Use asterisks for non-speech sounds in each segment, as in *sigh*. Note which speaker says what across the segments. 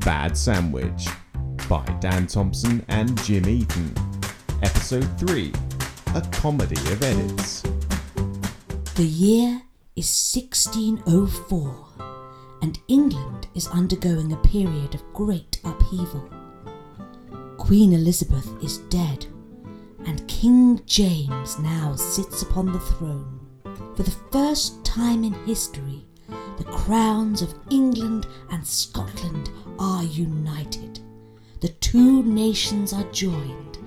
Speaker 1: Bad Sandwich by Dan Thompson and Jim Eaton. Episode 3 A Comedy of Edits.
Speaker 2: The year is 1604, and England is undergoing a period of great upheaval. Queen Elizabeth is dead, and King James now sits upon the throne. For the first time in history, the crowns of England and Scotland are united. The two nations are joined,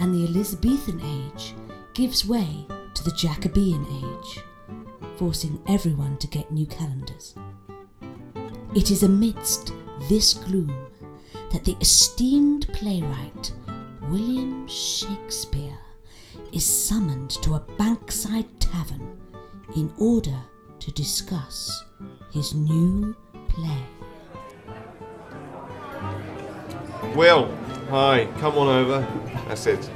Speaker 2: and the Elizabethan age gives way to the Jacobean age, forcing everyone to get new calendars. It is amidst this gloom that the esteemed playwright William Shakespeare is summoned to a bankside tavern in order to discuss his new play.
Speaker 3: Will, hi, come on over. That's it.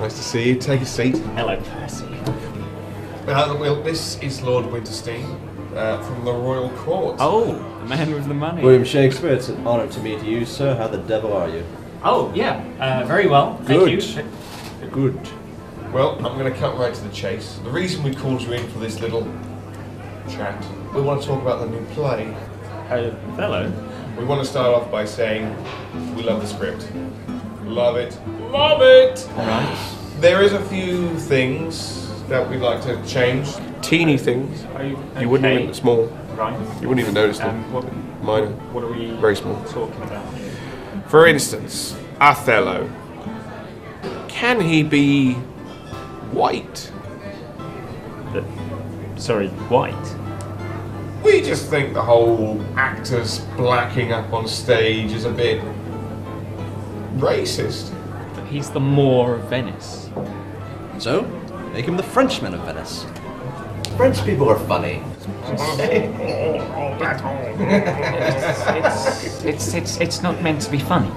Speaker 3: Nice to see you. Take a seat.
Speaker 4: Hello, Percy.
Speaker 3: Uh, Will, this is Lord Winterstein uh, from the Royal Court.
Speaker 4: Oh, the man with the money.
Speaker 5: William Shakespeare, it's an honour to meet you, sir. How the devil are you?
Speaker 4: Oh, yeah. Uh, very well. Thank you.
Speaker 5: Good. Good.
Speaker 3: Well, I'm going to cut right to the chase. The reason we called you in for this little chat, we want to talk about the new play.
Speaker 4: Uh, fellow.
Speaker 3: We want to start off by saying we love the script. Love it. Love it!
Speaker 4: Right.
Speaker 3: There is a few things that we'd like to change. Teeny things.
Speaker 4: You
Speaker 3: You wouldn't even small.
Speaker 4: Right.
Speaker 3: You wouldn't even notice them.
Speaker 4: Um, what,
Speaker 3: Minor.
Speaker 4: what are we
Speaker 3: Very small.
Speaker 4: talking about here?
Speaker 3: For instance, Othello. Can he be white?
Speaker 4: The- sorry, white.
Speaker 3: We just think the whole actors blacking up on stage is a bit racist.
Speaker 4: He's the Moor of Venice.
Speaker 5: So, make him the Frenchman of Venice. French people are funny.
Speaker 4: It's, it's, it's, it's not meant to be funny.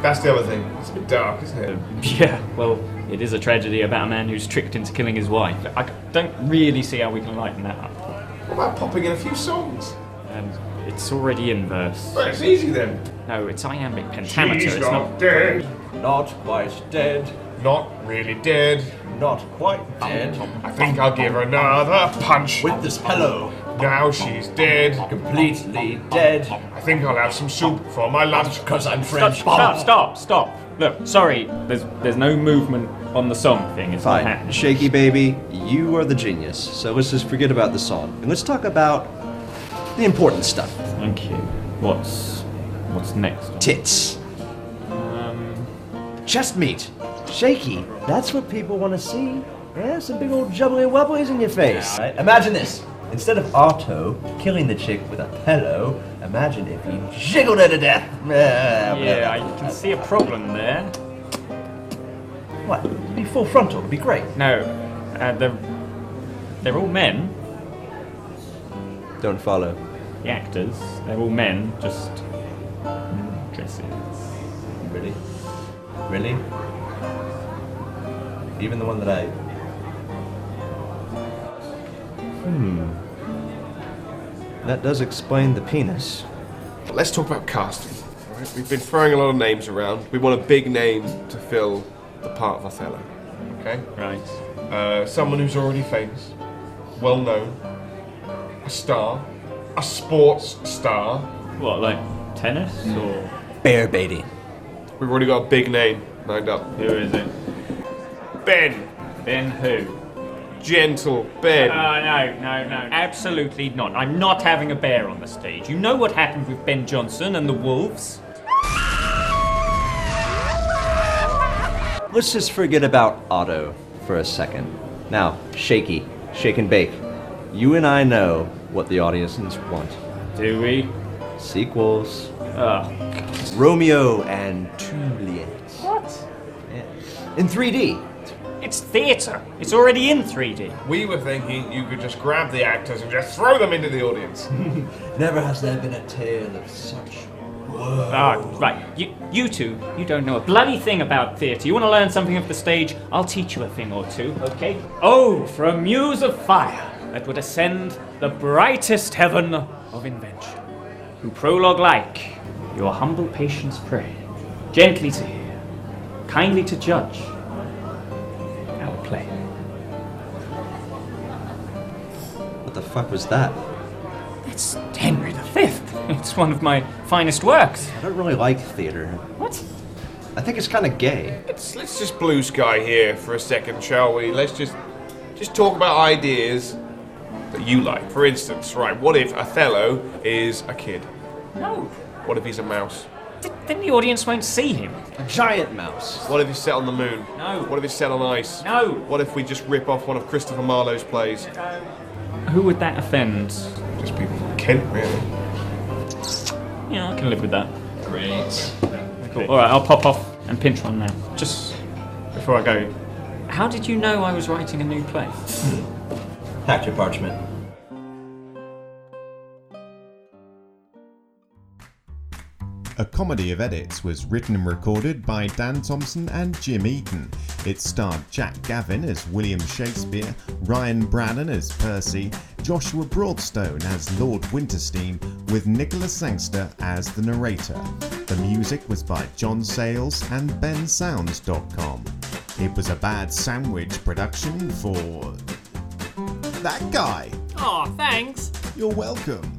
Speaker 3: That's the other thing. It's a bit dark, isn't it?
Speaker 4: Yeah, well, it is a tragedy about a man who's tricked into killing his wife. I don't really see how we can lighten that up.
Speaker 3: What about popping in a few songs?
Speaker 4: Um, it's already in verse.
Speaker 3: Well, it's easy then.
Speaker 4: No, it's iambic pentameter. it's not
Speaker 3: dead.
Speaker 5: Not quite dead.
Speaker 3: Not really dead.
Speaker 5: Not quite dead.
Speaker 3: I think I'll give her another punch.
Speaker 5: With this pillow.
Speaker 3: Now she's dead.
Speaker 5: Completely dead.
Speaker 3: I think I'll have some soup for my lunch.
Speaker 5: Because I'm
Speaker 4: Stop,
Speaker 5: French.
Speaker 4: stop, stop, stop. Look, sorry, there's there's no movement on the song thing. It's not
Speaker 5: Fine.
Speaker 4: happening.
Speaker 5: Shaky baby, you are the genius. So let's just forget about the song. And let's talk about the important stuff.
Speaker 4: Thank you. What's what's next?
Speaker 5: Tits.
Speaker 4: Um,
Speaker 5: Chest meat. Shaky. That's what people want to see. Yeah, some big old jubbly wubblies in your face. Right? Imagine this. Instead of Otto killing the chick with a pillow, imagine if he jiggled her to death. *laughs* Yeah,
Speaker 4: yeah, I can see a problem there.
Speaker 5: What? It'd be full frontal. It'd be great.
Speaker 4: No, uh, they're they're all men.
Speaker 5: Don't follow.
Speaker 4: The actors, they're all men. Just in dresses.
Speaker 5: Really? Really? Even the one that I. Hmm. Hmm. That does explain the penis.
Speaker 3: Let's talk about casting. all right? We've been throwing a lot of names around. We want a big name to fill the part of Othello. Okay?
Speaker 4: Right.
Speaker 3: Uh, someone who's already famous, well known, a star, a sports star.
Speaker 4: What like tennis
Speaker 5: Hmm.
Speaker 4: or
Speaker 5: Bear baiting.
Speaker 3: We've already got a big name lined up.
Speaker 4: who is it?
Speaker 3: Ben.
Speaker 4: Then who?
Speaker 3: Gentle Ben.
Speaker 4: Uh, no, no, no. Absolutely not. I'm not having a bear on the stage. You know what happened with Ben Johnson and the Wolves?
Speaker 5: Let's just forget about Otto for a second. Now, shaky, shake and bake. You and I know what the audiences want
Speaker 4: Do we? Ah.
Speaker 5: sequels.
Speaker 4: Ugh.
Speaker 5: Romeo and Juliet.
Speaker 4: What?
Speaker 5: Yeah. In 3D.
Speaker 4: It's theatre. It's already in 3D.
Speaker 3: We were thinking you could just grab the actors and just throw them into the audience.
Speaker 5: Never has there been a tale of such.
Speaker 4: Ah, right. You, you two, you don't know a bloody thing about theatre. You want to learn something of the stage? I'll teach you a thing or two, okay? Oh, for a muse of fire that would ascend the brightest heaven of invention, who prologue like Your humble patience pray, gently to hear, kindly to judge. Our play.
Speaker 5: What the fuck was that?
Speaker 4: It's Henry V. *laughs* It's one of my finest works.
Speaker 5: I don't really like theater.
Speaker 4: What?
Speaker 5: I think it's kind of gay.
Speaker 3: Let's, let's just blue sky here for a second, shall we? Let's just just talk about ideas that you like. For instance, right? What if Othello is a kid?
Speaker 4: No.
Speaker 3: What if he's a mouse?
Speaker 4: Th- Then the audience won't see him.
Speaker 5: A giant mouse.
Speaker 3: What if he's set on the moon?
Speaker 4: No.
Speaker 3: What if he's set on ice?
Speaker 4: No.
Speaker 3: What if we just rip off one of Christopher Marlowe's plays?
Speaker 4: Who would that offend?
Speaker 3: Just people from Kent, really.
Speaker 4: Yeah, I can live with that.
Speaker 6: Great.
Speaker 4: Cool. All right, I'll pop off and pinch one now. Just before I go. How did you know I was writing a new play?
Speaker 5: Hack your parchment.
Speaker 1: A Comedy of Edits was written and recorded by Dan Thompson and Jim Eaton. It starred Jack Gavin as William Shakespeare, Ryan Brannan as Percy, Joshua Broadstone as Lord Winterstein, with Nicholas Sangster as the narrator. The music was by John Sayles and BenSounds.com. It was a bad sandwich production for. That guy!
Speaker 4: Oh, thanks.
Speaker 1: You're welcome!